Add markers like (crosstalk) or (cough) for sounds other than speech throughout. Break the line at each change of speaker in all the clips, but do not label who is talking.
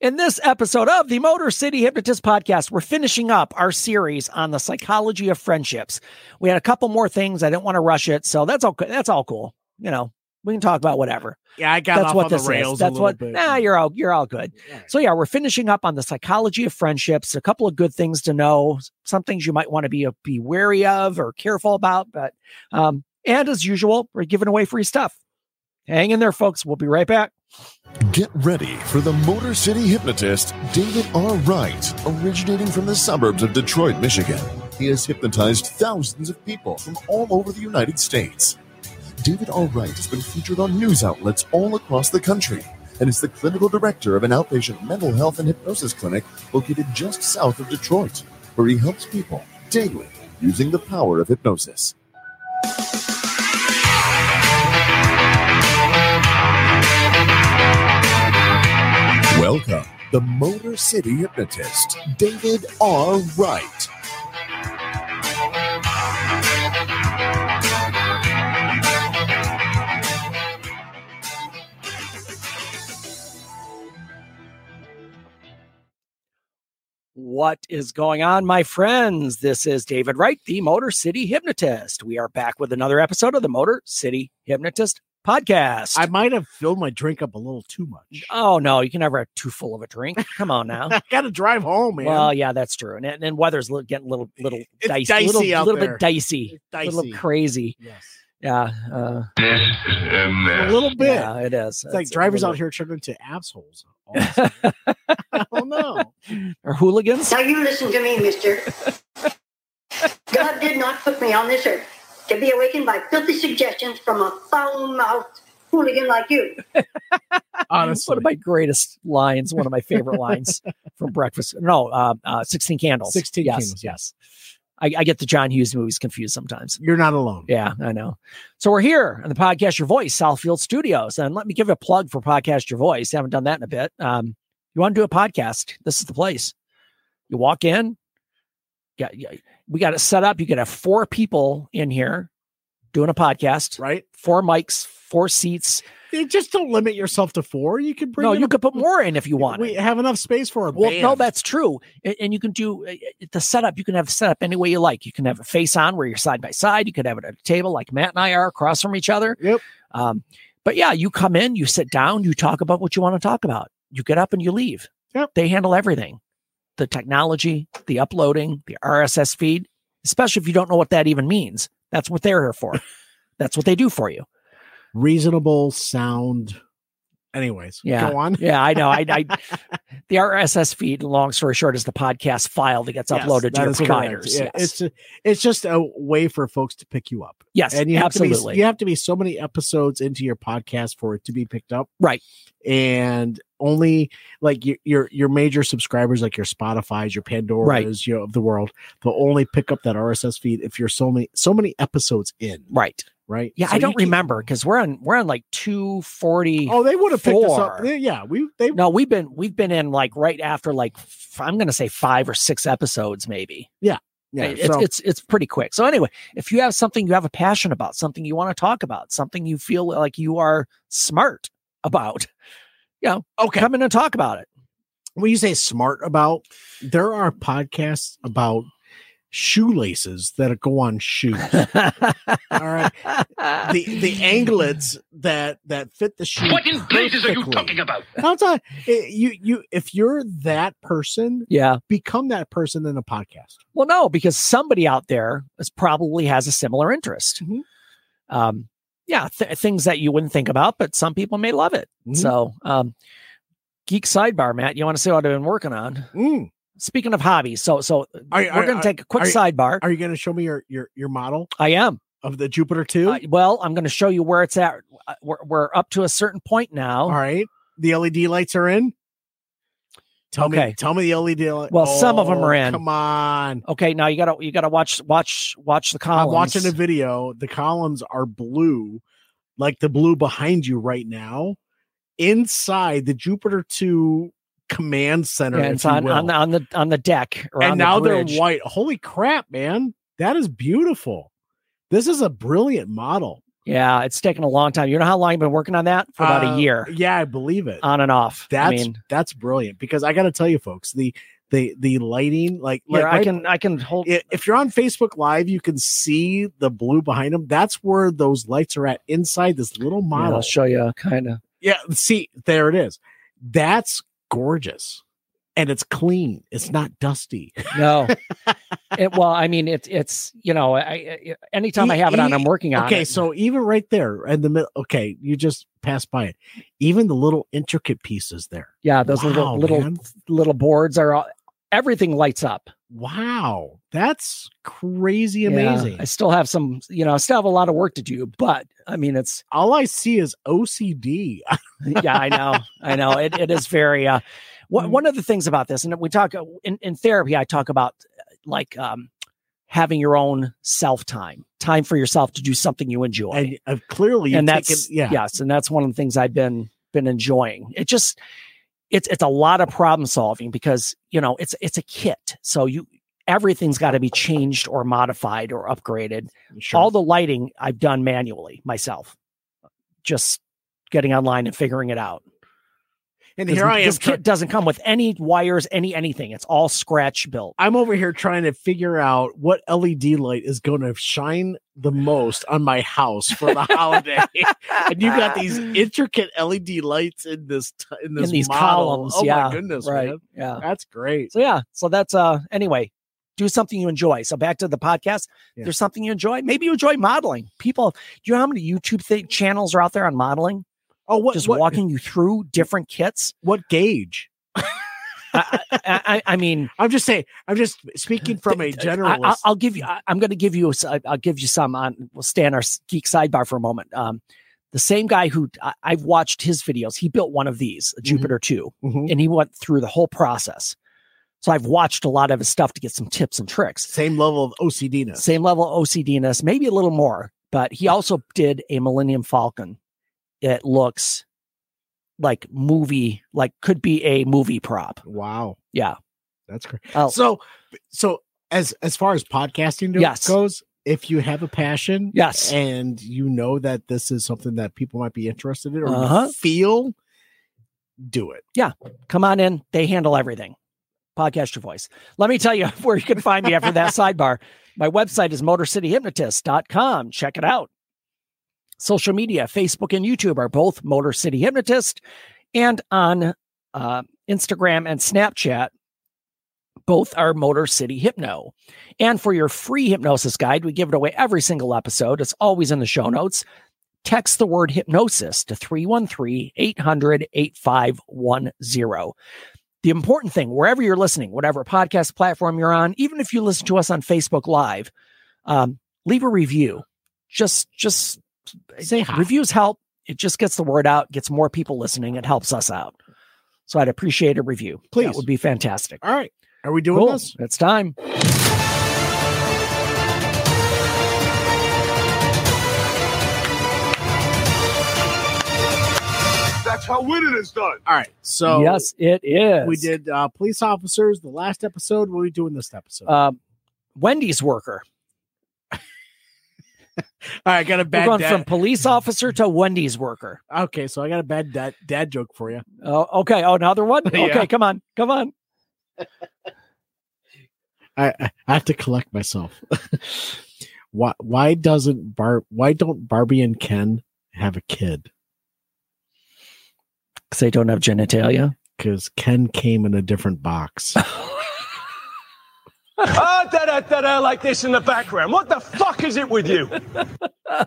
In this episode of the Motor City Hypnotist Podcast, we're finishing up our series on the psychology of friendships. We had a couple more things. I didn't want to rush it, so that's all. That's all cool. You know, we can talk about whatever.
Yeah, I got
That's
off
what
on the
this
rails.
is.
a
That's
little
what.
Bit.
Nah, you're all you're all good.
All right.
So yeah, we're finishing up on the psychology of friendships. A couple of good things to know. Some things you might want to be be wary of or careful about. But um, and as usual, we're giving away free stuff. Hang in there, folks. We'll be right back.
Get ready for the Motor City hypnotist, David R. Wright, originating from the suburbs of Detroit, Michigan. He has hypnotized thousands of people from all over the United States. David R. Wright has been featured on news outlets all across the country and is the clinical director of an outpatient mental health and hypnosis clinic located just south of Detroit, where he helps people daily using the power of hypnosis. Welcome, the Motor City hypnotist, David R. Wright.
What is going on, my friends? This is David Wright, the Motor City Hypnotist. We are back with another episode of the Motor City Hypnotist podcast.
I might have filled my drink up a little too much.
oh no, you can never have too full of a drink. Come on now.
(laughs) I got to drive home, man.
Well, yeah, that's true. And and weather's li- getting a little little
(laughs) It's
dicey, a
dicey
little,
out
little
there.
bit dicey,
(laughs) It's
a
dicey.
little crazy.
yes.
Yeah, uh,
This is a
A
mess.
little bit.
yeah, it is.
It's like drivers out here turn into assholes. all of a (laughs) sudden. I don't know.
or hooligans.
Now you listen to me, mister. God did not put me on this earth to be awakened by filthy suggestions from a foul-mouthed hooligan like you.
Honestly,
one of my greatest lines, one of my favorite
(laughs)
lines from Breakfast. No, uh, uh, sixteen candles.
16
yes,
Candles, yeah.
yes. I, I get the John Hughes movies confused sometimes.
you're not alone.
Yeah, I know. So we're here on the podcast Your Voice, Southfield Studios. And let me give a plug for Podcast Your Voice. I haven't done that in a bit. Um, you want to do a podcast? This is the place. You walk in, yeah, yeah, we got it set up. You could have four people in here doing a podcast,
Right?
four mics, four seats.
You just don't limit yourself to four. You could bring.
no,
in
you
a- (laughs)
could put more in if you want.
We have enough space for a
Well,
band.
no, that's true. And, and you can do uh, the setup. You can have the setup any way you like. You can have it face on where you're side by side. You could have it at a table like Matt and I are across from each other.
Yep.
Um, but yeah, you come in, you sit down, you talk about what you want to talk about. You get up and you leave.
Yep.
They handle everything the technology, the uploading, the RSS feed, especially if you don't know what that even means. That's what they're here
(laughs)
for. That's what they do for you.
reasonable sound. Anyways,
Yeah.
go on.
Yeah, I know. I, I the RSS feed, long story short, is the podcast file that gets
Yes,
uploaded
that
to your
is correct.
providers.
Yeah,
yes.
It's it's just a way for folks to pick you up.
Yes,
and you have to
absolutely.
be you have to be so many episodes into your podcast for it to be picked up
Right.
and only like your your, your major subscribers like your spotify's your pandoras you know of the world they'll only pick up that rss feed if you're so many so many episodes in
Right.
right
Yeah,
So
I
you
don't
can't-
remember because we're on we're on like two forty.
oh they would have picked us up
Four.
They- yeah we they
No, we've been we've been in like right after like f- I'm gonna say five or six episodes maybe.
yeah
it's
so
it's it's pretty quick. So anyway, if you have something you have a passion about, something you want to talk about, something you feel like you are smart about, you know, okay, come in and talk about it.
when you say smart about there are podcasts about shoelaces that go
(laughs)
on shoes all right the the anglets that that fit the shoe.
What in blazes are you
perfectly.
talking about?
That's not- it- you you if you're that person,
yeah.
become that person in a podcast.
Well, no, because somebody out there is probably has a similar interest.
Mm-hmm.
Mhm.
Um, yeah, th- things that you wouldn't think about, but some people may love it.
Mm-hmm.
Mhm.
So, um, geek sidebar, Matt, you want to see what I've been working on?
Mm.
Speaking of hobbies, so so uh,
Are-
we're
are-
going
are-
to take a quick
are-
sidebar.
Are you going to show me your your your model
I am.
of the Jupiter two?
I- well, I'm going to show you where it's at. Uh, We're, we're up to a certain point now.
All right, the LED lights are in. Tell
Okay.
me, tell me the LED. Li- Oh,
Well, some of 'em are in.
Come on,
Okay, now you gotta you gotta watch watch watch the columns.
I'm watching a video. The columns are blue, like the blue behind you right now. Inside the Jupiter two command center,
Yeah,
if
it's
you
on,
will.
on the on the on the deck or
and
on
now
the bridge.
they're white. Holy crap, man! That is beautiful. This is a brilliant model.
Yeah, it's taken a long time. You know how long I've been working on that? For about
Uh,
a year,
Yeah, I believe it.
on and off.
that's
I mean,
that's brilliant because I got to tell you, folks, the the the lighting, like,
here,
like
I
my-
can I can hold. (laughs)
i- if you're on Facebook Live, you can see the blue behind them. That's where those lights are at inside this little
Yeah,
model.
I'll show you kind of.
Yeah, see, there it is. That's gorgeous. And it's clean. It's not dusty.
No,
(laughs)
it, well, I mean, it's it's you know, I, I anytime I have it on, I'm working on.
E, Okay,
it.
so even right there in the middle, okay, you just passed by it. Even the little intricate pieces there.
yeah, those
Wow,
little little
man.
little boards are all, everything lights up.
Wow, that's crazy
Yeah,
amazing.
I still have some, you know, I still have a lot of work to do, but I mean, it's
All I see is OCD.
yeah, I know, I know. It it is very. Uh, one
Mm.
one of the things about this, and we talk uh, in in therapy, I talk about uh, like um having your own self time, time for yourself to do something you enjoy,
and uh, clearly, you've
and that's
taken- yeah,
yes, and that's one of the things I've been been enjoying. It just it's it's a lot of problem solving because you know it's it's a kit, so you everything's got to be changed or modified or upgraded
sure.
all the lighting I've done manually myself, just getting online and figuring it out.
and
'Cause
here I am.
This
try-
kit doesn't come with any wires, any anything. It's all scratch built.
I'm over here trying to figure out what LED light is going to shine the most on my house for the
(laughs)
holiday. (laughs) and you got these intricate LED lights in this t- in this
these
model.
columns,
Oh
yeah,
my
(laughs)
goodness,
right?
man.
Yeah.
That's great.
So yeah. So that's uh. Anyway, do something you enjoy. So back to the podcast.
Yeah.
There's something you enjoy. Maybe you enjoy modeling. People, do you know how many YouTube thi- channels are out there on modeling?
Oh, what
just
what,
walking you through different kits.
what gauge?
I, I, I, I mean,
(laughs) I'm just saying. I'm just speaking from a generalist.
I, will give you. I, am going to give you. a s- I, will give you some on. We'll stay on our s- geek sidebar for a moment. Um, the same guy who I, I've watched his videos. He built one of these, a
Mhm.
Jupiter two,
Mhm.
and he went through the whole process. So I've watched a lot of his stuff to get some tips and tricks.
Same level of OCD now.
Same level of OCDness, maybe a little more. But he also did a Millennium Falcon. It looks like movie, like could be a movie prop.
Wow.
Yeah.
That's great.
Oh.
So, so as as far as podcasting do-
Yes.
goes, if you have a passion,
Yes.
and you know that this is something that people might be interested in or you
Uh-huh.
feel, do it.
come on in. They handle everything. Podcast your voice. Let me tell you (laughs) where you can find me after that sidebar. My website is motorcityhypnotist.com. Check it out. Social media, Facebook and YouTube are both Motor City Hypnotist and on uh, Instagram and Snapchat. Both are Motor City Hypno. And for your free hypnosis guide, we give it away every single episode. It's always in the show notes. Text the word hypnosis to 313 800 8510. The important thing, wherever you're listening, whatever podcast platform you're on, even if you listen to us on Facebook Live, um, leave a review. Just, just
Say hi.
Reviews help. It just gets the word out, gets more people listening. It helps us out. So I'd appreciate a review.
Please.
That would be fantastic.
All right. Are we doing
Cool.
this?
It's time.
That's how winning is done.
All right. So
yes, it is.
we did uh, police officers the last episode. What are we doing this episode? All
Uh, Wendy's worker.
right, I got a
We're
bad
going
dad.
from police officer to Wendy's worker.
okay, so I got a bad dad, dad joke for you.
Oh, okay. Oh, another one.
(laughs) Yeah.
Okay, come on, come on.
I, I- I have to collect myself. (laughs) why why doesn't Bar why don't Barbie and Ken have a kid?
Because they don't have
(laughs)
genitalia.
Because Ken came in a different box.
Ah, da da da da, like this in the background. What the fuck is it with you?
That's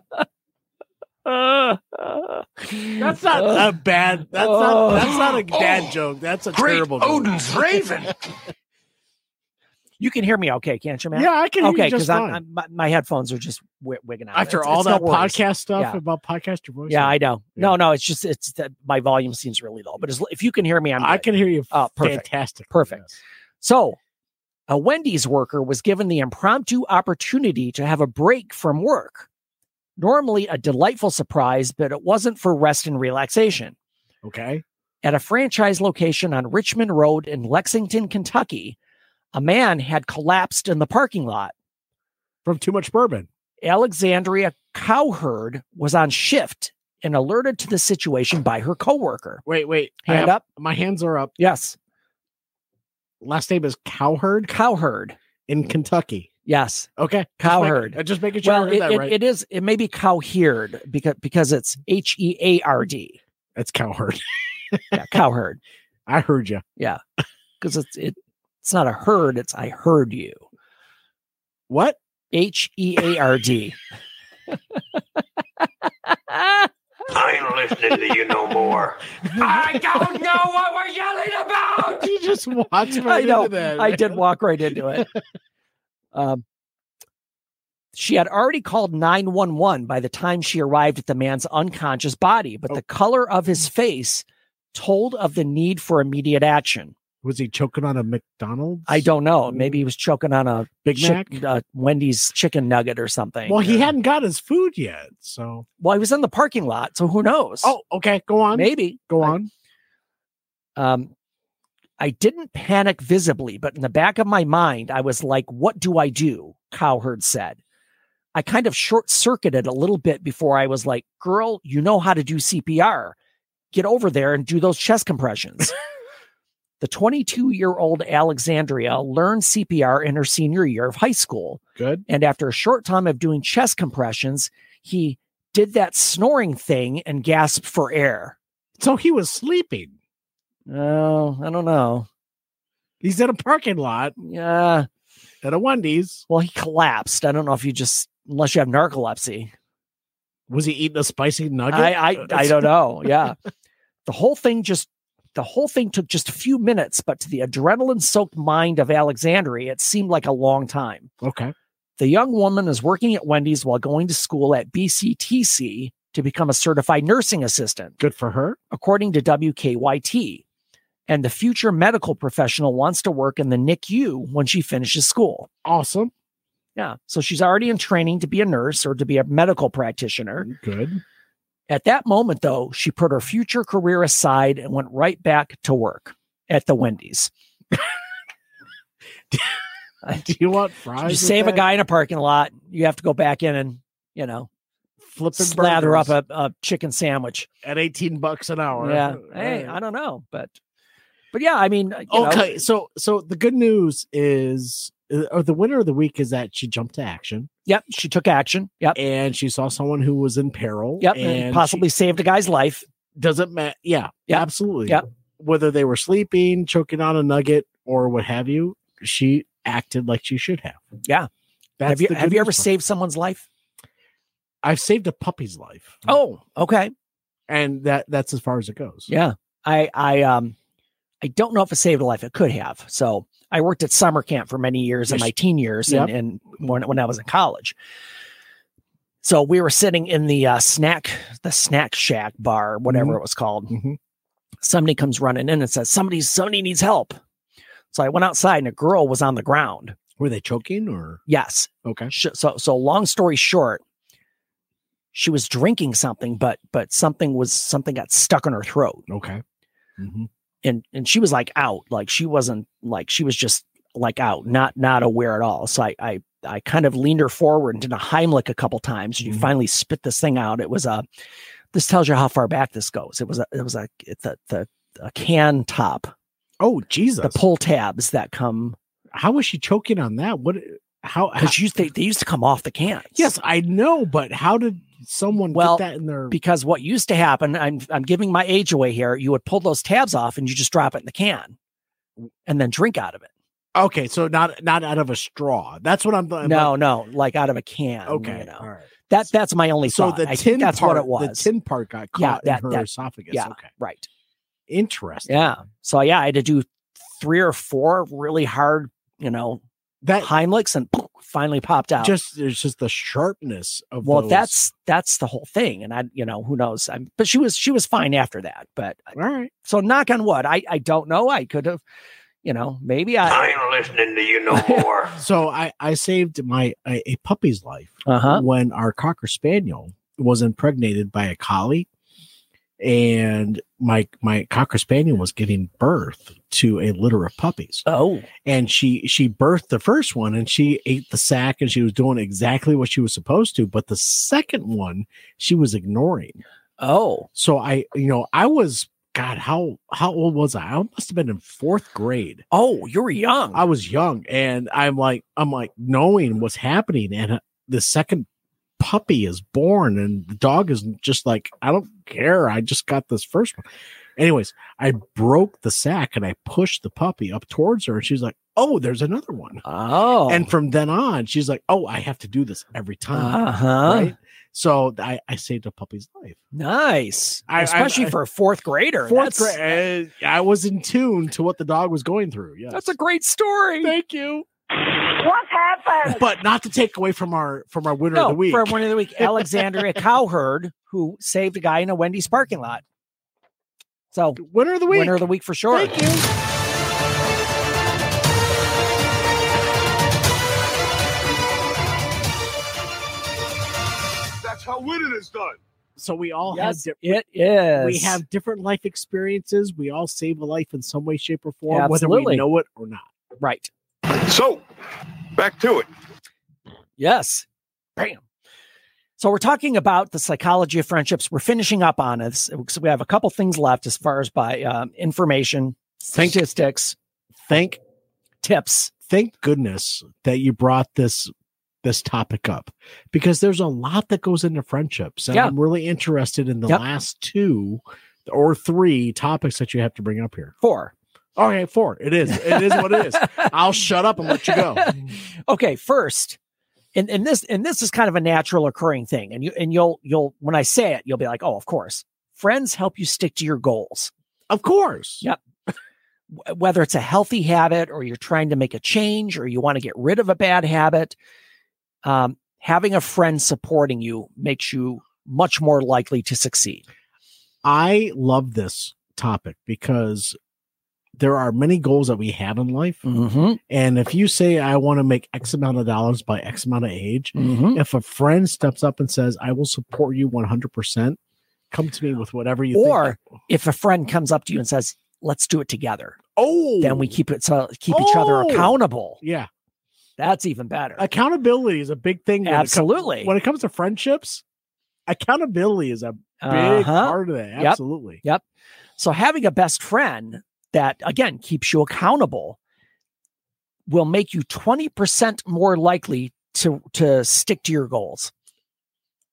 not a bad. That's
Oh.
not. That's not a dad joke. That's a terrible. Joke.
raven.
you can hear me, okay? Can't you, man?
Yeah, I can. Hear
Okay,
you just
because I'm,
fine.
I'm, my, my headphones are just wi- wigging out.
After
It's-
all
it's no
that
worries.
podcast stuff
Yeah.
about podcast your voice.
Yeah, I know. No,
Yeah.
no, it's just it's that my volume seems really low. But as, if you can hear me, I'm
I
good.
can hear you.
Oh, perfect.
fantastic.
Perfect. So, a Wendy's worker was given the impromptu opportunity to have a break from work. Normally a delightful surprise, but it wasn't for rest and relaxation.
Okay.
At a franchise location on Richmond Road in Lexington, Kentucky, a man had collapsed in the parking lot.
From too much bourbon.
Alexandria Cowherd was on shift and alerted to the situation by her coworker.
Wait, wait. I
Hand
have-
up.
My hands are up.
Yes.
Last name is Cowherd
Cowherd.
in Kentucky.
Yes.
Okay.
Cowherd.
Like, just making sure
Well,
I
it,
heard that
it-
right.
it is. It may be cowherd because because it's H E A R D.
That's Cowherd. (laughs)
Yeah, cowherd (laughs)
I heard you.
because it's it, it's not a herd. It's I heard you.
What? (laughs)
H E A R D.
(laughs)
(laughs)
I ain't listening to you no more. I don't know what we're yelling about.
You just walked
I
right
know.
into that.
I did walk right into it. Um, she had already called 911 by the time she arrived at the man's unconscious body,
Oh.
but the color of his face told of the need for immediate action.
Was he choking on a McDonald's?
I don't know. Maybe he was choking on a
Big Mac.
chick- uh, Wendy's chicken nugget or something.
well, he
Or-
hadn't got his food yet. So.
Well, he was in the parking lot, so who knows?
Oh, okay. Go on.
maybe.
Go on.
Um, I didn't panic visibly, but in the back of my mind, I was like, what do I do? Cowherd said. I kind of short circuited a little bit before I was like, girl, you know how to do CPR. Get over there and do those chest
(laughs)
compressions. the 22 year old Alexandria learned CPR in her senior year of high school.
Good.
And after a short time of doing chest compressions, he did that snoring thing and gasped for air.
So he was sleeping.
Oh, I don't know.
He's in a parking lot
Yeah.
at a Wendy's.
Well, he collapsed. I don't know if you just, unless you have narcolepsy.
Was he eating a spicy nugget?
I, I, I don't know. Yeah. the whole thing just, the whole thing took just a few minutes, but to the adrenaline soaked mind of Alexandria, it seemed like a long time.
Okay.
The young woman is working at Wendy's while going to school at BCTC to become a certified nursing assistant.
Good for her.
according to WKYT. And the future medical professional wants to work in the NICU when she finishes school.
Awesome.
Yeah. So she's already in training to be a nurse or to be a medical practitioner.
Good. (laughs)
At that moment, though, she put her future career aside and went right back to work at the
(laughs)
Wendy's.
Do you want fries?
You
with
save a
that?
guy in a parking lot, you have to go back in and, you know,
flipping
slather
burgers
up a, a chicken sandwich.
at eighteen bucks an hour.
Yeah.
All
Hey,
right.
I don't know. But, but yeah, I mean, uh, you know,
okay. So so the good news is, uh, or the winner of the week is that she jumped to action
yep, she took action. Yep.
and she saw someone who was in peril.
Yep, and,
and
possibly saved a guy's life.
she- doesn't matter. Yeah,
Yep.
absolutely.
Yep.
Whether they were sleeping, choking on a nugget, or what have you, she acted like she should have.
Yeah.
That's
have you
the good
have you
news
ever
part.
saved someone's life?
I've saved a puppy's life.
Oh, okay,
and that that's as far as it goes.
yeah. I I um I don't know if it saved a life. It could have. So I worked at summer camp for many years in
Yes.
my teen years
Yep.
and, and when when I was in college. So we were sitting in the uh, snack the snack shack bar, whatever it was called.
Mhm.
Somebody comes running in and says, "Somebody somebody needs help." So I went outside and a girl was on the ground.
Were they choking or
Yes,
okay?
Sh- so so long story short she was drinking something but but something was something got stuck in her throat
Okay. Mhm.
and and she was like out like she wasn't like she was just like out not not aware at all so i i i kind of leaned her forward and did a heimlich a couple times and you
Mhm.
finally spit this thing out it was a this tells you how far back this goes it was a it was a it's a, the a can top
Oh Jesus!
the pull tabs that come
how was she choking on that? What? How? how
because used they, they used to come off the cans
yes, I know, but how did someone
Well,
get that in their?
because what used to happen, I'm I'm giving my age away here. You would pull those tabs off and you just drop it in the can, and then drink out of it.
okay, so not not out of a straw. That's what I'm. I'm
no, no, like out of a can.
like, okay.
you know.
All right.
that that's my only
So
thought.
the
I
tin
think that's
part,
what it was.
the tin part got caught
Yeah, that-
in her
that-
esophagus.
yeah.
Okay.
right?
Interesting.
Yeah. So yeah, I had to do three or four really hard, you know,
That
Heimlichs, and finally popped out.
just there's just the sharpness of.
well,
those-
that's that's the whole thing, and I, you know, who knows? I'm, but she was she was fine after that. But
all right.
so knock on wood, I I don't know. I could have, you know, maybe
(coughs)
I.
I ain't listening to you no more.
So I I saved my a, a puppy's life.
Uh huh.
when our cocker spaniel was impregnated by a collie and my my cocker spaniel was giving birth to a litter of puppies
Oh,
and she she birthed the first one and she ate the sack and she was doing exactly what she was supposed to but the second one she was ignoring
oh,
so i you know i was god how how old was i i must have been in fourth grade
oh! You're young.
i was young and i'm like i'm like knowing what's happening and uh, the second puppy is born and the dog is just like i don't care i just got this first one anyways i broke the sack and i pushed the puppy up towards her and she's like oh there's another one
oh,
and from then on, she's like, "Oh, I have to do this every time."
uh huh.
Right? So I, I saved a puppy's life.
Nice,
I- I-
especially
I-
for a fourth grader.
Fourth
That's-
grade, I was in tune to what the dog was going through. Yes,
That's a great story.
thank you.
What happened?
But not to take away from our from our winner
no,
of the week.
for one of the
(laughs)
week, Alexandria Cowherd, who saved a guy in a Wendy's parking lot. So,
winner of the week.
winner of the week for sure.
Thank you.
That's how winning is done.
So we all
Yes,
have. Di-
it is.
we have different life experiences. We all save a life in some way, shape, or form, whether we
Absolutely.
know it or not.
right.
So, back to it.
Yes. Bam. So we're talking about the psychology of friendships. We're finishing up on it. So we have a couple things left as far as by um, information, statistics,
Thank
tips.
thank goodness that you brought this this topic up because there's a lot that goes into friendships and
Yeah.
i'm really interested in the
Yep.
last two or three topics that you have to bring up here
Four.
okay four it is it is what it
(laughs)
is i'll shut up and let you go
okay, first, and, and this and this is kind of a natural occurring thing. And you and you'll you'll when I say it, you'll be like, oh, of course. Friends help you stick to your goals.
of course
Yep. Wh- Whether it's a healthy habit or you're trying to make a change or you want to get rid of a bad habit, um, having a friend supporting you makes you much more likely to succeed.
i love this topic because there are many goals that we have in life
Mm-hmm.
and if you say i want to make x amount of dollars by x amount of age
Mm-hmm.
if a friend steps up and says, I will support you 100%, come to me with whatever you
Or
think.
if a friend comes up to you and says, "Let's do it together,"
Oh,
then we keep it so keep each other
Oh.
accountable.
yeah,
That's even better.
accountability is a big thing. when it com-
Absolutely.
when it comes to friendships, accountability is a big
Uh-huh.
part of that. Absolutely.
So having a best friend that again keeps you accountable will make you 20% more likely to to stick to your goals.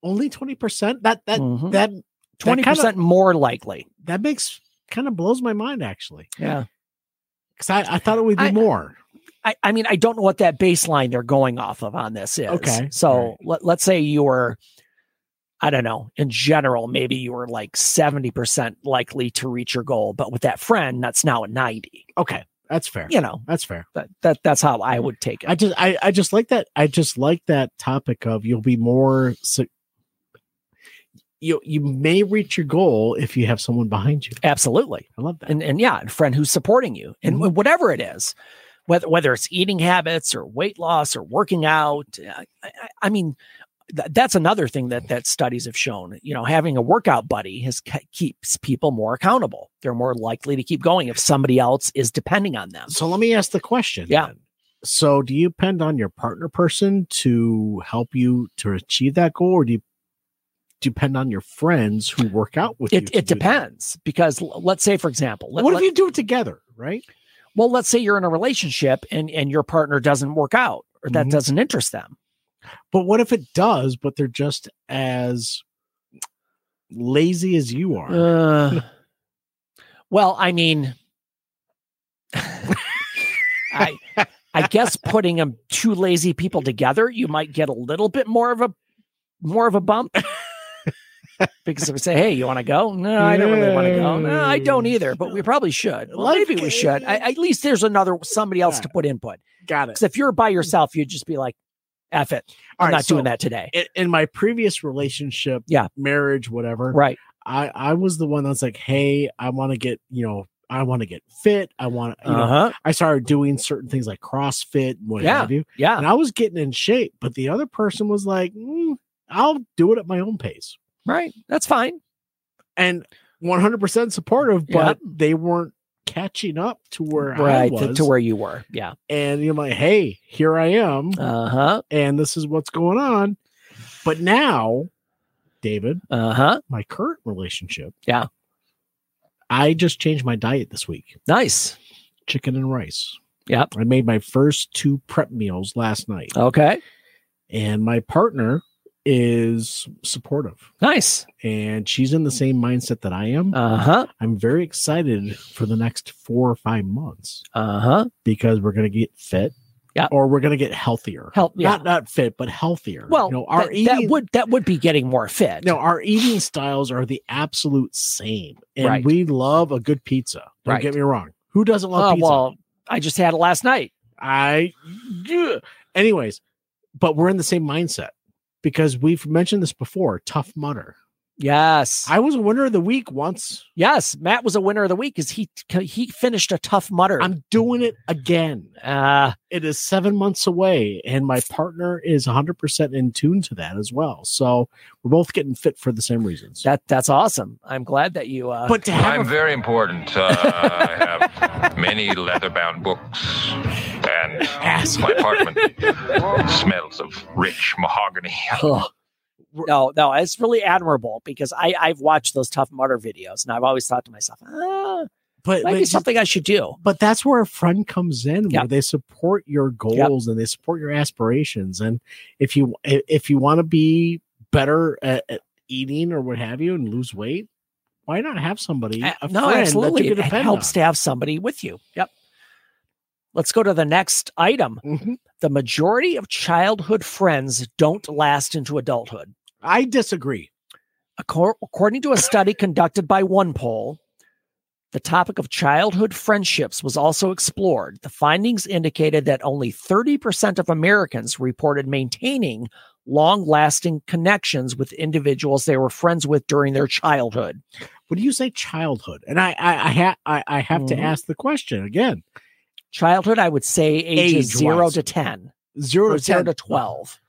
Only 20%. That, that,
Mhm.
that,
20% more likely.
that makes kind of blows my mind actually.
Yeah.
Cause I, I thought it would be
I-
more.
I, I mean, I don't know what that baseline they're going off of on this is.
Okay.
So
Right.
let, let's say you were, I don't know, in general, maybe you were like 70% likely to reach your goal, but with that friend, that's now at 90.
Okay. That's fair.
You know,
That's fair.
that, that that's how I would take it.
I just I, I just like that I just like that topic of you'll be more su- you you may reach your goal if you have someone behind you.
Absolutely.
I love that.
and and yeah, a friend who's supporting you, and
Mm-hmm.
wh- whatever it is, whether whether it's eating habits or weight loss or working out. I, I, I mean, th- that's another thing that that studies have shown. You know, having a workout buddy has ke- keeps people more accountable. They're more likely to keep going if somebody else is depending on them.
So let me ask the question.
Yeah.
then. So do you depend on your partner person to help you to achieve that goal, or do you depend on your friends who work out with you?
It
to
it
do that?
depends because l- let's say, for example, let-
what
let-
if you do it together? Right.
well, let's say you're in a relationship and and your partner doesn't work out or that
Mhm.
doesn't interest them.
But what if it does? But they're just as lazy as you are.
Uh, well, I mean, I I guess putting them two lazy people together, you might get a little bit more of a more of a bump. because if we say, "Hey, you want to go?" No, I don't really want to go. No, I don't either. But we probably should. Well,
Life
maybe we
ca-
should. I, at least there's another somebody else to put input.
Got
Because if you're by yourself, you'd just be like, "F it, I'm
Mm-hmm. All right,
not
so-
doing that today."
in, in my previous relationship,
Yeah.
marriage, whatever,
Right?
I I was the one that's like, hey, I want to get you know, I want to get fit. I want you
Uh
know,
huh.
I started doing certain things like CrossFit, and what have you,
Yeah.
and I was getting in shape, but the other person was like, "Mm, I'll do it at my own pace,
Right. That's fine.
and 100% supportive,
Yeah.
but they weren't catching up to where I
right to,
was.
to where you were. Yeah.
and you're like, hey, here I am,
Uh huh.
and this is what's going on. But now, David,
Uh huh.
my current relationship.
Yeah.
I just changed my diet this week
Nice.
chicken and rice.
Yep.
I made my first two prep meals last night,
Okay.
and my partner is supportive
Nice.
and she's in the same mindset that I am.
Uh huh.
I'm very excited for the next four or five months
Uh huh.
because we're going to get fit.
Yeah.
Or we're going to get healthier.
Help. Yeah.
Not not fit, but healthier.
well,
you know, our
that,
eating,
that would that would be getting more fit.
No, our eating styles are the absolute same, and
Right.
we love a good pizza. Don't
Right.
get me wrong. Who doesn't love
Oh,
pizza?
well, I just had it last night.
I, yeah. anyways, but we're in the same mindset because we've mentioned this before. Tough Mudder.
Yes.
I was a winner of the week once.
yes. Matt was a winner of the week because he he finished a tough mutter.
I'm doing it again.
uh,
It is seven months away, and my partner is 100% in tune to that as well. So we're both getting fit for the same reasons.
that that's awesome. I'm glad that you. Uh,
but to have
I'm
a-
very important. Uh, I
(laughs)
have many leather-bound books, and my apartment smells of rich mahogany.
Ugh. no, no, it's really admirable because I I've watched those tough mutter videos and I've always thought to myself, ah,
but,
might be
but
something I should do.
but that's where a friend comes in
Yeah.
where they support your goals and they support your aspirations and if you i- if you want to be better at, at eating or what have you and lose weight why not have somebody
Uh,
a
no,
friend
absolutely.
that you
It,
can
it
depend
helps
on.
to have somebody with you. Yep. Let's go to the next item.
Mhm.
The majority of childhood friends don't last into adulthood.
i disagree
Accor- According to a
(laughs)
study conducted by one poll, the topic of childhood friendships was also explored. The findings indicated that only 30% of Americans reported maintaining long lasting connections with individuals they were friends with during their childhood.
when you say childhood and i i i, ha- I, I have
Mhm.
to ask the question again
Childhood, I would say ages
Age-wise.
0 to 10
zero
or
to
0
ten
to 12.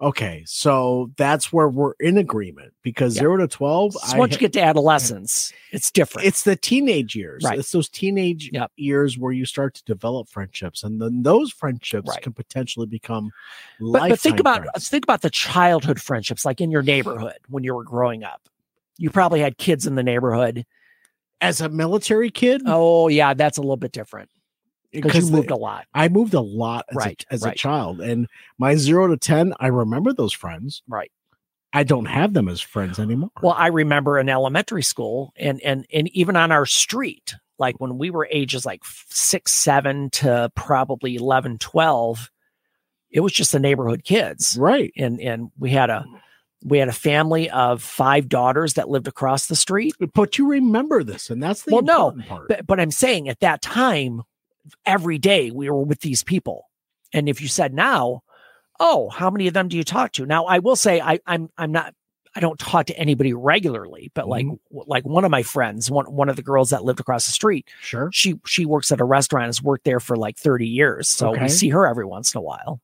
okay so that's where we're in agreement because
Yeah.
zero to 12
So once
ha-
you get to adolescence, it's different.
it's the teenage years.
Right.
It's those teenage
Yep.
years where you start to develop friendships, and then those friendships
Right.
can potentially become
but,
lifetime.
but think about
friends.
think about the childhood friendships like in your neighborhood when you were growing up you probably had kids in the neighborhood
as a military kid
oh yeah that's a little bit different because
Mm. because
you moved
the-
a lot
I moved a lot as,
Right,
a, as
right.
a child, and my zero to ten, I remember those friends.
right
I don't have them as friends anymore.
well i remember in elementary school and and and even on our street like when we were ages like f- six seven to probably 11 12 it was just the neighborhood kids
right,
and and we had a we had a family of five daughters that lived across the street
but you remember this, and that's the
Well, no,
important part.
but but I'm saying at that time, every day we were with these people, and if you said now, oh, how many of them do you talk to? Now I will say I I'm I'm not I don't talk to anybody regularly, but like
Mm-hmm.
like one of my friends, one one of the girls that lived across the street,
sure,
she she works at a restaurant, has worked there for like 30 years, so
Okay.
we see her every once in a while,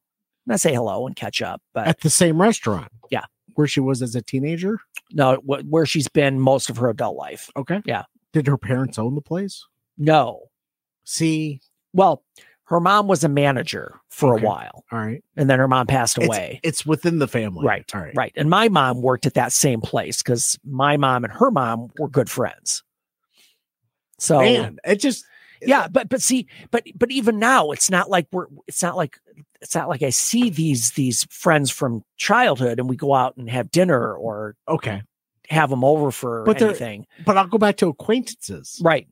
and I say hello and catch up, but
at the same restaurant.
Yeah.
where she was as a teenager.
no, wh- where she's been most of her adult life,
Okay,
Yeah.
Did her parents own the place?
no,
See,
well. Her mom was a manager for
Okay.
a while,
all right.
and then her mom passed
It's-
away.
It's within the family.
Right,
All right.
Right. And my mom worked at that same place because my mom and her mom were good friends. So
Man, it just
yeah, but but see, but but even now it's not like we're it's not like it's not like I see these these friends from childhood and we go out and have dinner or
okay.
have them over for
But they're-
anything.
But I'll go back to acquaintances,
Right.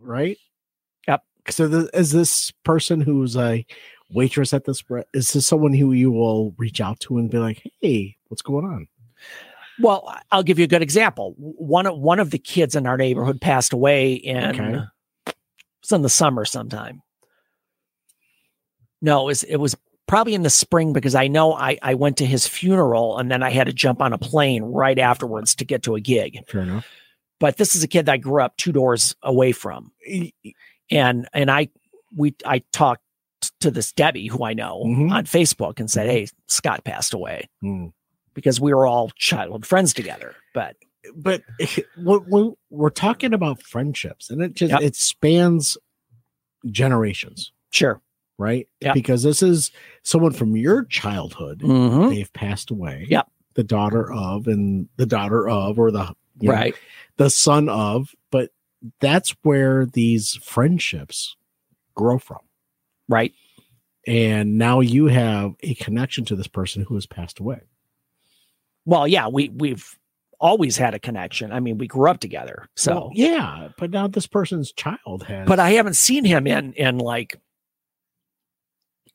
right?
Yep.
So the, is this person who's a waitress at this re- is this someone who you will reach out to and be like, "Hey, what's going on?"
Well, I- I'll give you a good example. W- One of one of the kids in our neighborhood passed away in
Okay.
it was in the summer sometime. No, it was, it was probably in the spring because I know I, I went to his funeral and then I had to jump on a plane right afterwards to get to a gig.
Fair enough.
But this is a kid that I grew up two doors away from.
E,
And and I we I talked to this Debbie who I know
Mhm.
on Facebook and said, Hey, Scott passed away because we were all childhood friends together. But
but (laughs) when, when we're talking about friendships, and it just
Yep.
it spans generations,
Sure.
right?
Yep.
Because this is someone from your childhood.
Mm-hmm.
They've passed away.
Yep.
The daughter of, and the daughter of, or the you know,
Right.
the son of. But that's where these friendships grow from.
Right.
And now you have a connection to this person who has passed away.
Well, yeah, we we've always had a connection. I mean, we grew up together. So
Well, yeah, but now this person's child has.
but I haven't seen him in in like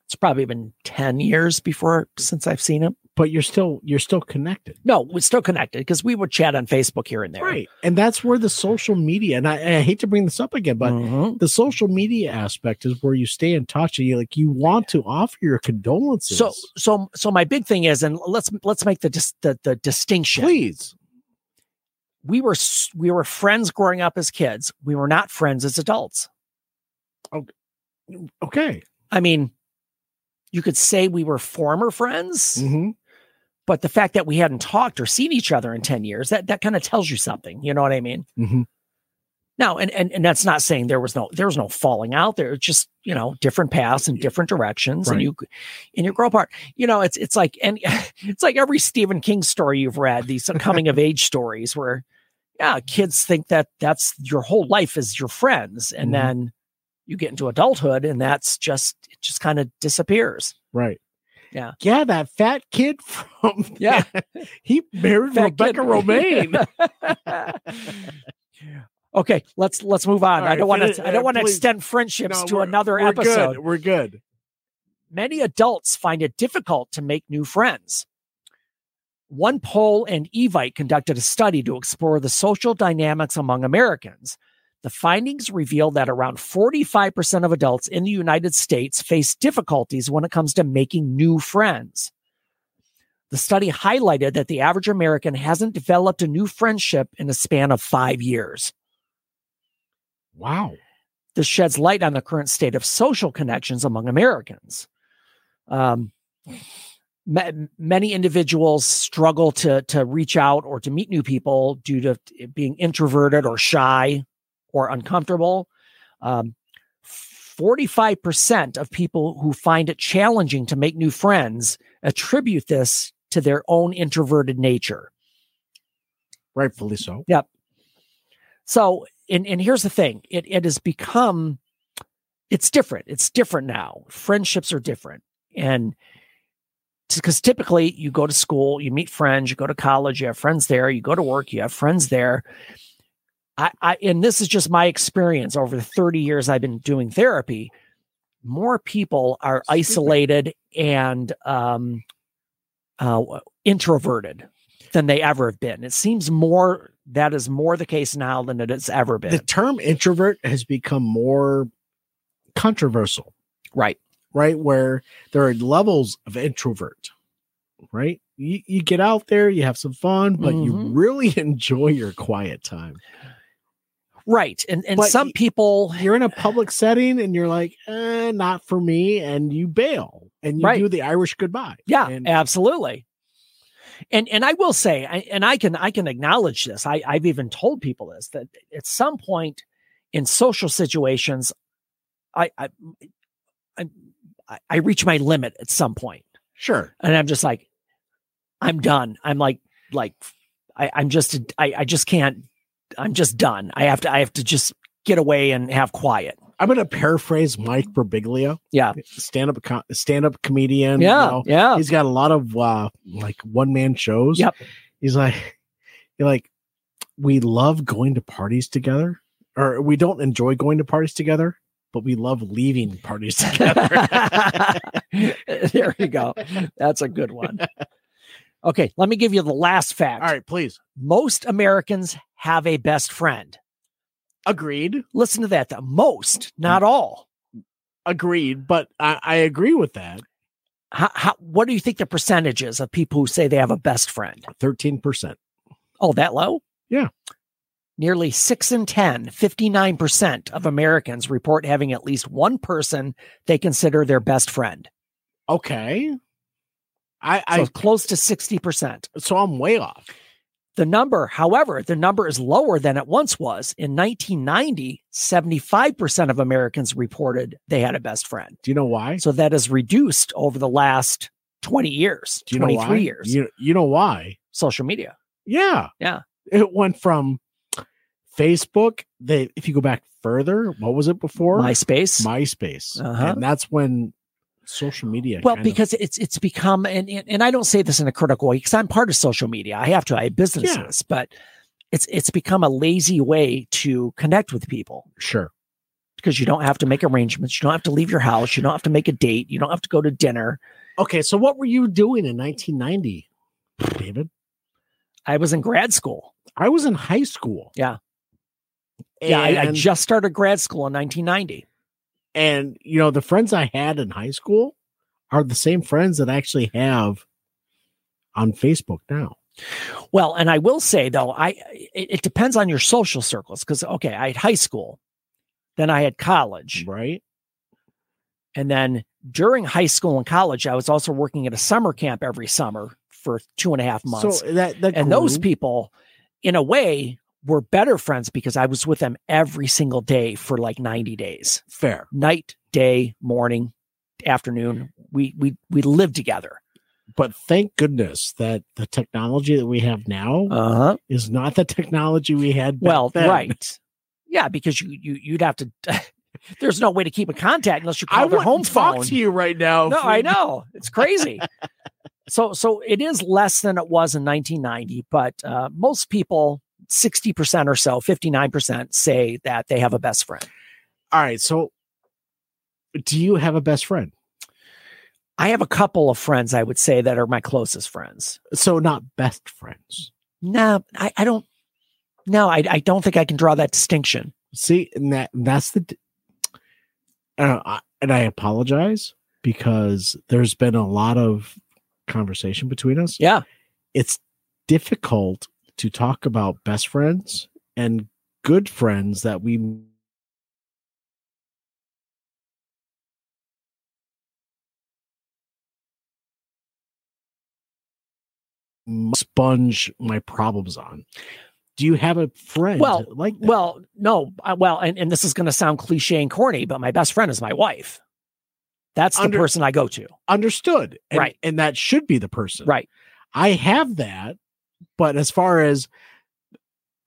it's probably been 10 years before since I've seen him.
but you're still you're still connected
No, we're still connected because we would chat on Facebook here and there.
right and that's where the social media and I, I hate to bring this up again but
Mhm.
the social media aspect is where you stay in touch and you like you want to offer your condolences
so so so my big thing is and let's let's make the dis- the, the distinction.
please
We were s- we were friends growing up as kids. We were not friends as adults.
okay
I mean, you could say we were former friends,
hmm
but the fact that we hadn't talked or seen each other in 10 years, that that kind of tells you something. You know what I mean?
hmm
No, and, and and that's not saying there was no there was no falling out there. It's just you know different paths and different directions, and
Right.
you and your grow apart. You know, it's it's like and (laughs) it's like every Stephen King story you've read, these coming of age stories where yeah, kids think that that's your whole life is your friends, and
Mhm.
then you get into adulthood, and that's just it just kind of disappears.
right
Yeah.
yeah that fat kid (laughs) from
Yeah.
(laughs) he married
Fat
rebecca
kid. (laughs)
romaine
Okay, let's let's move on.
All
I don't
right,
want
finish-
to I don't
uh,
want to
please.
extend friendships
No,
to
we're-
another
we're
episode.
good we're good
many adults find it difficult to make new friends. One poll and Evite conducted a study to explore the social dynamics among Americans. The findings reveal that around 45% of adults in the United States face difficulties when it comes to making new friends. The study highlighted that the average American hasn't developed a new friendship in a span of five years.
wow
This sheds light on the current state of social connections among Americans. Um, ma- many individuals struggle to to reach out or to meet new people due to it being introverted or shy or uncomfortable. Um, 45% of people who find it challenging to make new friends attribute this to their own introverted nature.
rightfully so
So, and and here's the thing: it it has become, it's different. It's different now. Friendships are different, and because typically you go to school, you meet friends, you go to college, you have friends there, you go to work, you have friends there. I, I and this is just my experience over the 30 years I've been doing therapy. More people are isolated and um, uh, introverted than they ever have been. It seems more that is more the case now than it has ever been.
the term introvert has become more controversial
right.
right? Where there are levels of introvert, right? You, you get out there, you have some fun, but you
Mhm.
really (laughs) enjoy your quiet time.
Right. And and
But
some
y-
people
You're in a public setting and you're like, eh, not for me. And you bail and you
Right.
do the Irish goodbye.
Yeah,
And,
absolutely. And and I will say, I, and I can I can acknowledge this. I, I've even told people this that at some point in social situations, I I I, I- I reach my limit at some point,
sure.
and I'm just like, I'm done. I'm like like I, I'm just I, I just can't. I'm just done. I have to I have to just get away and have quiet.
I'm going to paraphrase Mike Birbiglia.
Yeah.
Stand up, co- stand up comedian. you
yeah,
know,
yeah.
he's got a lot of uh like one man shows.
Yep.
He's like you're like we love going to parties together or we don't enjoy going to parties together, but we love leaving parties (laughs) together.
(laughs) there you go. That's a good one. Okay, let me give you the last
All
fact.
right, please.
Most Americans have a best friend.
Agreed.
Listen to that. The most, not
Hmm.
all.
Agreed, but I, I agree with that.
How, how, what do you think the percentage is of people who say they have a best friend?
13%.
Oh, that low?
Yeah.
Nearly six in 10, 59% of Americans report having at least one person they consider their best friend.
Okay. I
So
I
close to 60%.
so I'm way off.
the number. However, the number is lower than it once was. In 1990, 75% of Americans reported they had a best friend.
Do you know why?
So that has reduced over the last 20 years,
Do you know
23
why?
years,
You, you know why?
social media.
Yeah.
Yeah.
It went from Facebook. They if you go back further, what was it before?
MySpace.
MySpace.
Uh-huh.
And that's when social media
well,
kind of-
because it's it's become and, and and I don't say this in a critical way because I'm part of social media. I have to. I have businesses, but it's it's become a lazy way to connect with people
sure.
because you don't have to make arrangements. You don't have to leave your house. You don't have to make a date. You don't have to go to dinner.
Okay, so what were you doing in 1990, David?
I was in grad school.
I was in high school.
Yeah. Yeah, I, I
And-
just started grad school in 1990.
and you know the friends i had in high school are the same friends that i actually have on facebook now
Well, and I will say though, I it, it depends on your social circles because okay, I had high school, then I had college,
right
and then during high school and college, I was also working at a summer camp every summer for two and a half months,
so that, that
and those
grew.
people, in a way, were better friends because I was with them every single day for like 90 days,
fair
night, day, morning, afternoon. We we we lived together.
but thank goodness that the technology that we have now
Uh huh.
is not the technology we had back
Well,
then.
right. Yeah, because you you you'd have to. (laughs) there's no way to keep in contact unless you
i
call their
would
home
talk
phone.
to you right now
no,
if
I
we-
know it's
(laughs)
crazy. so so it is less than it was in 1990, but uh, most people. 60% or so, 59% say that they have a best friend.
all right so do you have a best friend
I have a couple of friends I would say that are my closest friends.
so not best friends
No, I, I don't, no, I, I don't think I can draw that distinction.
See, and that that's the. d- Uh, I- and I apologize because there's been a lot of conversation between us.
Yeah.
It's difficult to talk about best friends and good friends that we sponge my problems on. Do you have a friend
Well,
like that?
Well, no, uh, well, and, and this is going to sound cliche and corny, but my best friend is my wife. That's the
Under-
person I go to.
understood and,
Right.
and that should be the person
Right.
i have that but as far as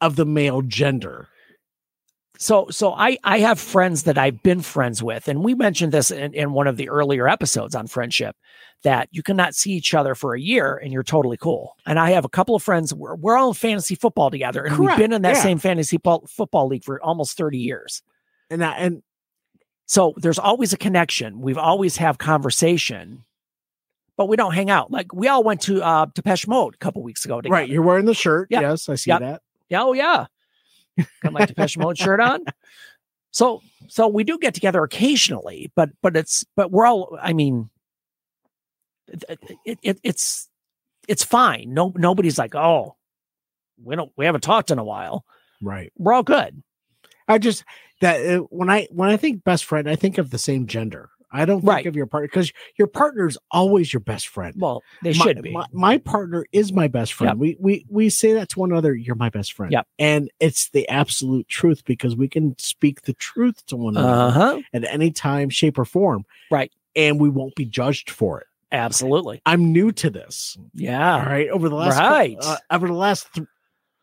of the male gender
So, so I, I have friends that I've been friends with, and we mentioned this in, in one of the earlier episodes on friendship that you cannot see each other for a year and you're totally cool. And I have a couple of friends, we're, we're all in fantasy football together, and
Correct,
we've been in that
yeah.
same fantasy po- football league for almost 30 years.
and I, and
So there's always a connection. We've always have conversation, but we don't hang out. Like we all went to uh Depeche Mode a couple weeks ago. Together.
right you're wearing the shirt
Yeah.
yes i see
Yep.
that
Yeah, oh yeah. Got my Depeche Mode shirt on. So so we do get together occasionally, but but it's but we're all I mean it, it, it- it's it's fine. No nobody's like, "Oh, we don't we haven't talked in a while."
right
We're all good.
i just that uh, when i when i think best friend i think of the same gender i don't think
Right.
of your partner because your partner is always your best friend
Well, they
my,
should be.
My, my partner is my best friend.
Yep.
We we we say that to one another. You're my best friend.
Yep.
And it's the absolute truth because we can speak the truth to one another
uh-huh.
at any time, shape, or form.
Right.
And we won't be judged for it.
Absolutely.
I'm new to this. All
Yeah.
right. Over the last cou-
Right.
uh, over the last th-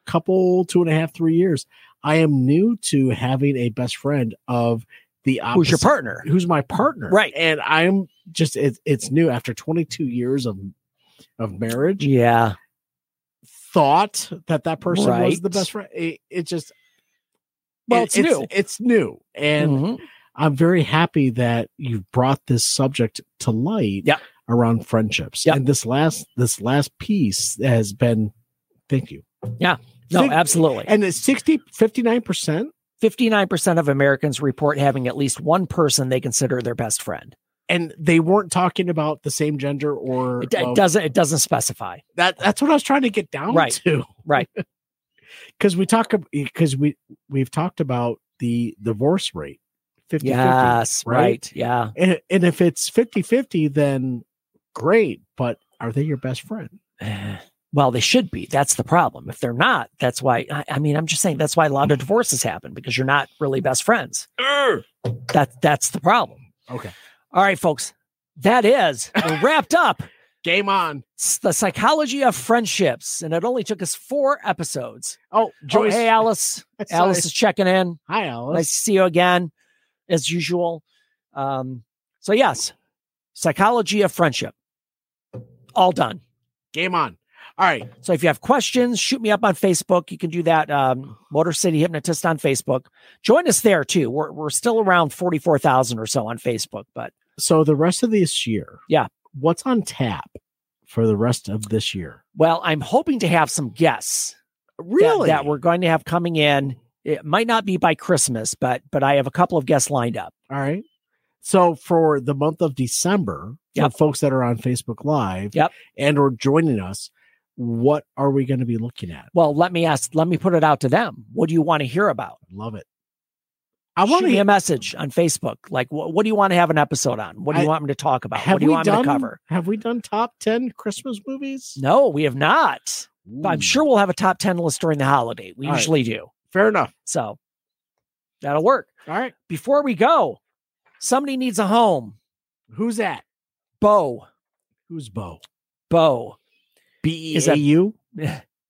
couple two and a half three years, I am new to having a best friend of the opposite.
Who's your partner?
Who's my partner?
Right.
And I'm just it, it's new after 22 years of of marriage.
Yeah.
thought that that person was the
Right.
best friend. It, it just
Well, it's
it-
new.
It's new, and
Mhm.
I'm very happy that you've brought this subject to light.
Yeah.
around friendships,
Yeah.
and this last this last piece has been. Thank you.
Yeah. no,
Fif-
absolutely.
And it's 60, 59%.
59% of Americans report having at least one person they consider their best friend.
And they weren't talking about the same gender or
It, it
of-
doesn't it doesn't specify.
that. That's what I was trying to get down
Right.
to. (laughs)
Right.
Because we talk because we we've talked about the divorce rate 50
yes,
right?
right? Yeah.
And, and if it's 50 50, then great, but are they your best friend?
Well, they should be. That's the problem. If they're not, that's why. I, I mean, I'm just saying that's why a lot of divorces happen because you're not really best friends. That that's the problem.
Okay.
All right, folks. That is we're wrapped up.
Game on.
It's the psychology of friendships, and it only took us four episodes.
Oh,
Joy,
Joyce.
hey, Alice. Alice is checking in.
Hi, Alice.
Nice to see you again, as usual. Um, so yes, psychology of friendship. All done.
Game on. All right.
So if you have questions, shoot me up on Facebook. You can do that. Um, Motor City Hypnotist on Facebook. Join us there too. We're we're still around forty four thousand or so on Facebook, but
So the rest of this year.
Yeah.
What's on tap for the rest of this year?
well, I'm hoping to have some guests that- that, we're going to have coming in. It might not be by Christmas, but but I have a couple of guests lined up.
All right. So for the month of December,
Yep.
for folks that are on Facebook Live
Yep.
and or joining us, what are we going to be looking at?
Well, let me ask. Let me put it out to them. What do you want to hear about?
Love it. I
Shoot
want to
me a
hear.
message on Facebook. Like, wh- what do you want to have an episode on? What do you
I-
want me to talk about?
Have
What do you
we
want me
done?
to cover?
Have we done top ten Christmas movies?
No, we have not. But I'm
Ooh,
sure we'll have a top 10 list during the holiday. We
All right.
usually do.
Fair enough.
So that'll work.
All right.
Before we go, somebody needs a home.
Who's that?
Bo,
Who's Bo?
Bo,
B
Is
E
that-
A U.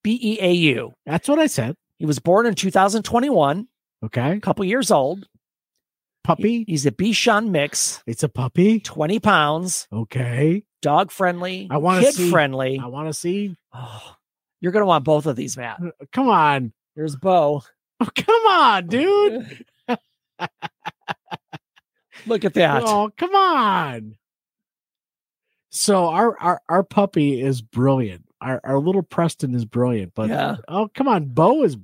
B E A U.
That's what I said.
He was born in 2021,
Okay.
a couple years old. He-
Puppy.
He's a Bichon mix,
It's a puppy.
20 pounds,
Okay.
dog friendly,
I wanna
kid
see-
friendly.
I want to see.
Oh, you're going to want both of these, Matt.
Come on. (laughs)
There's Bo.
Oh, come on, dude.
Look at that.
Oh, come on. So our our, our puppy is brilliant. Our our little Preston is brilliant, but
Yeah.
oh come on, Bo is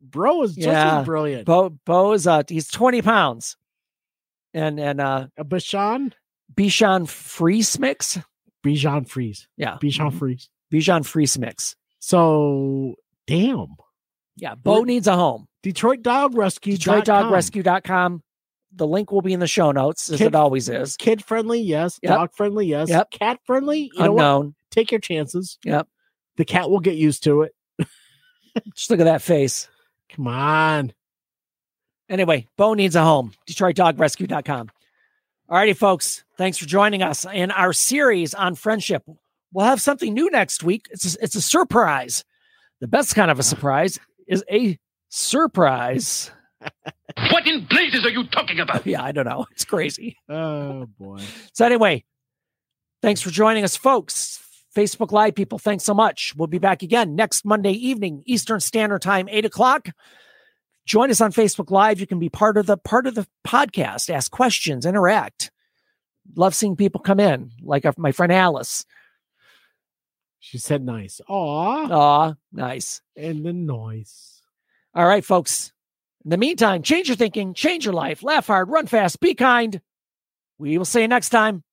bro is just
Yeah.
as brilliant.
Bo Bo is uh he's 20 pounds. And and uh
Uh, Bashan
Bichon Friesmix.
Bijan Freeze.
Yeah. Mm-hmm.
Bijan Freeze.
Bichon Friesmix.
So damn.
Yeah, Bo
We're-
needs a home.
Detroit Dog Rescue.
DetroitDogRescue.com. The link will be in the show notes, as
Kid-
it always is.
Kid friendly, yes.
Yep.
Dog friendly, yes.
Yep.
Cat friendly. You know what?
Unknown.
Take your chances.
Yep.
The cat will get used to it.
Just look at that face.
Come on.
Anyway, Bo needs a home. DetroitDogRescue.com. All righty, folks. Thanks for joining us in our series on friendship. We'll have something new next week. It's a, it's a surprise. The best kind of a surprise is a surprise.
(laughs)
(laughs)
What in blazes are you talking about?
yeah, I don't know. It's crazy.
Oh boy.
So anyway, thanks for joining us, folks. Facebook Live people, thanks so much. We'll be back again next Monday evening, Eastern Standard Time, eight o'clock. Join us on Facebook Live. You can be part of the part of the podcast. Ask questions, interact. Love seeing people come in, like our, my friend Alice.
She said nice. Aw.
Aw, nice.
and the noise.
All right, folks. In the meantime, change your thinking, change your life, laugh hard, run fast, be kind. We will see you next time.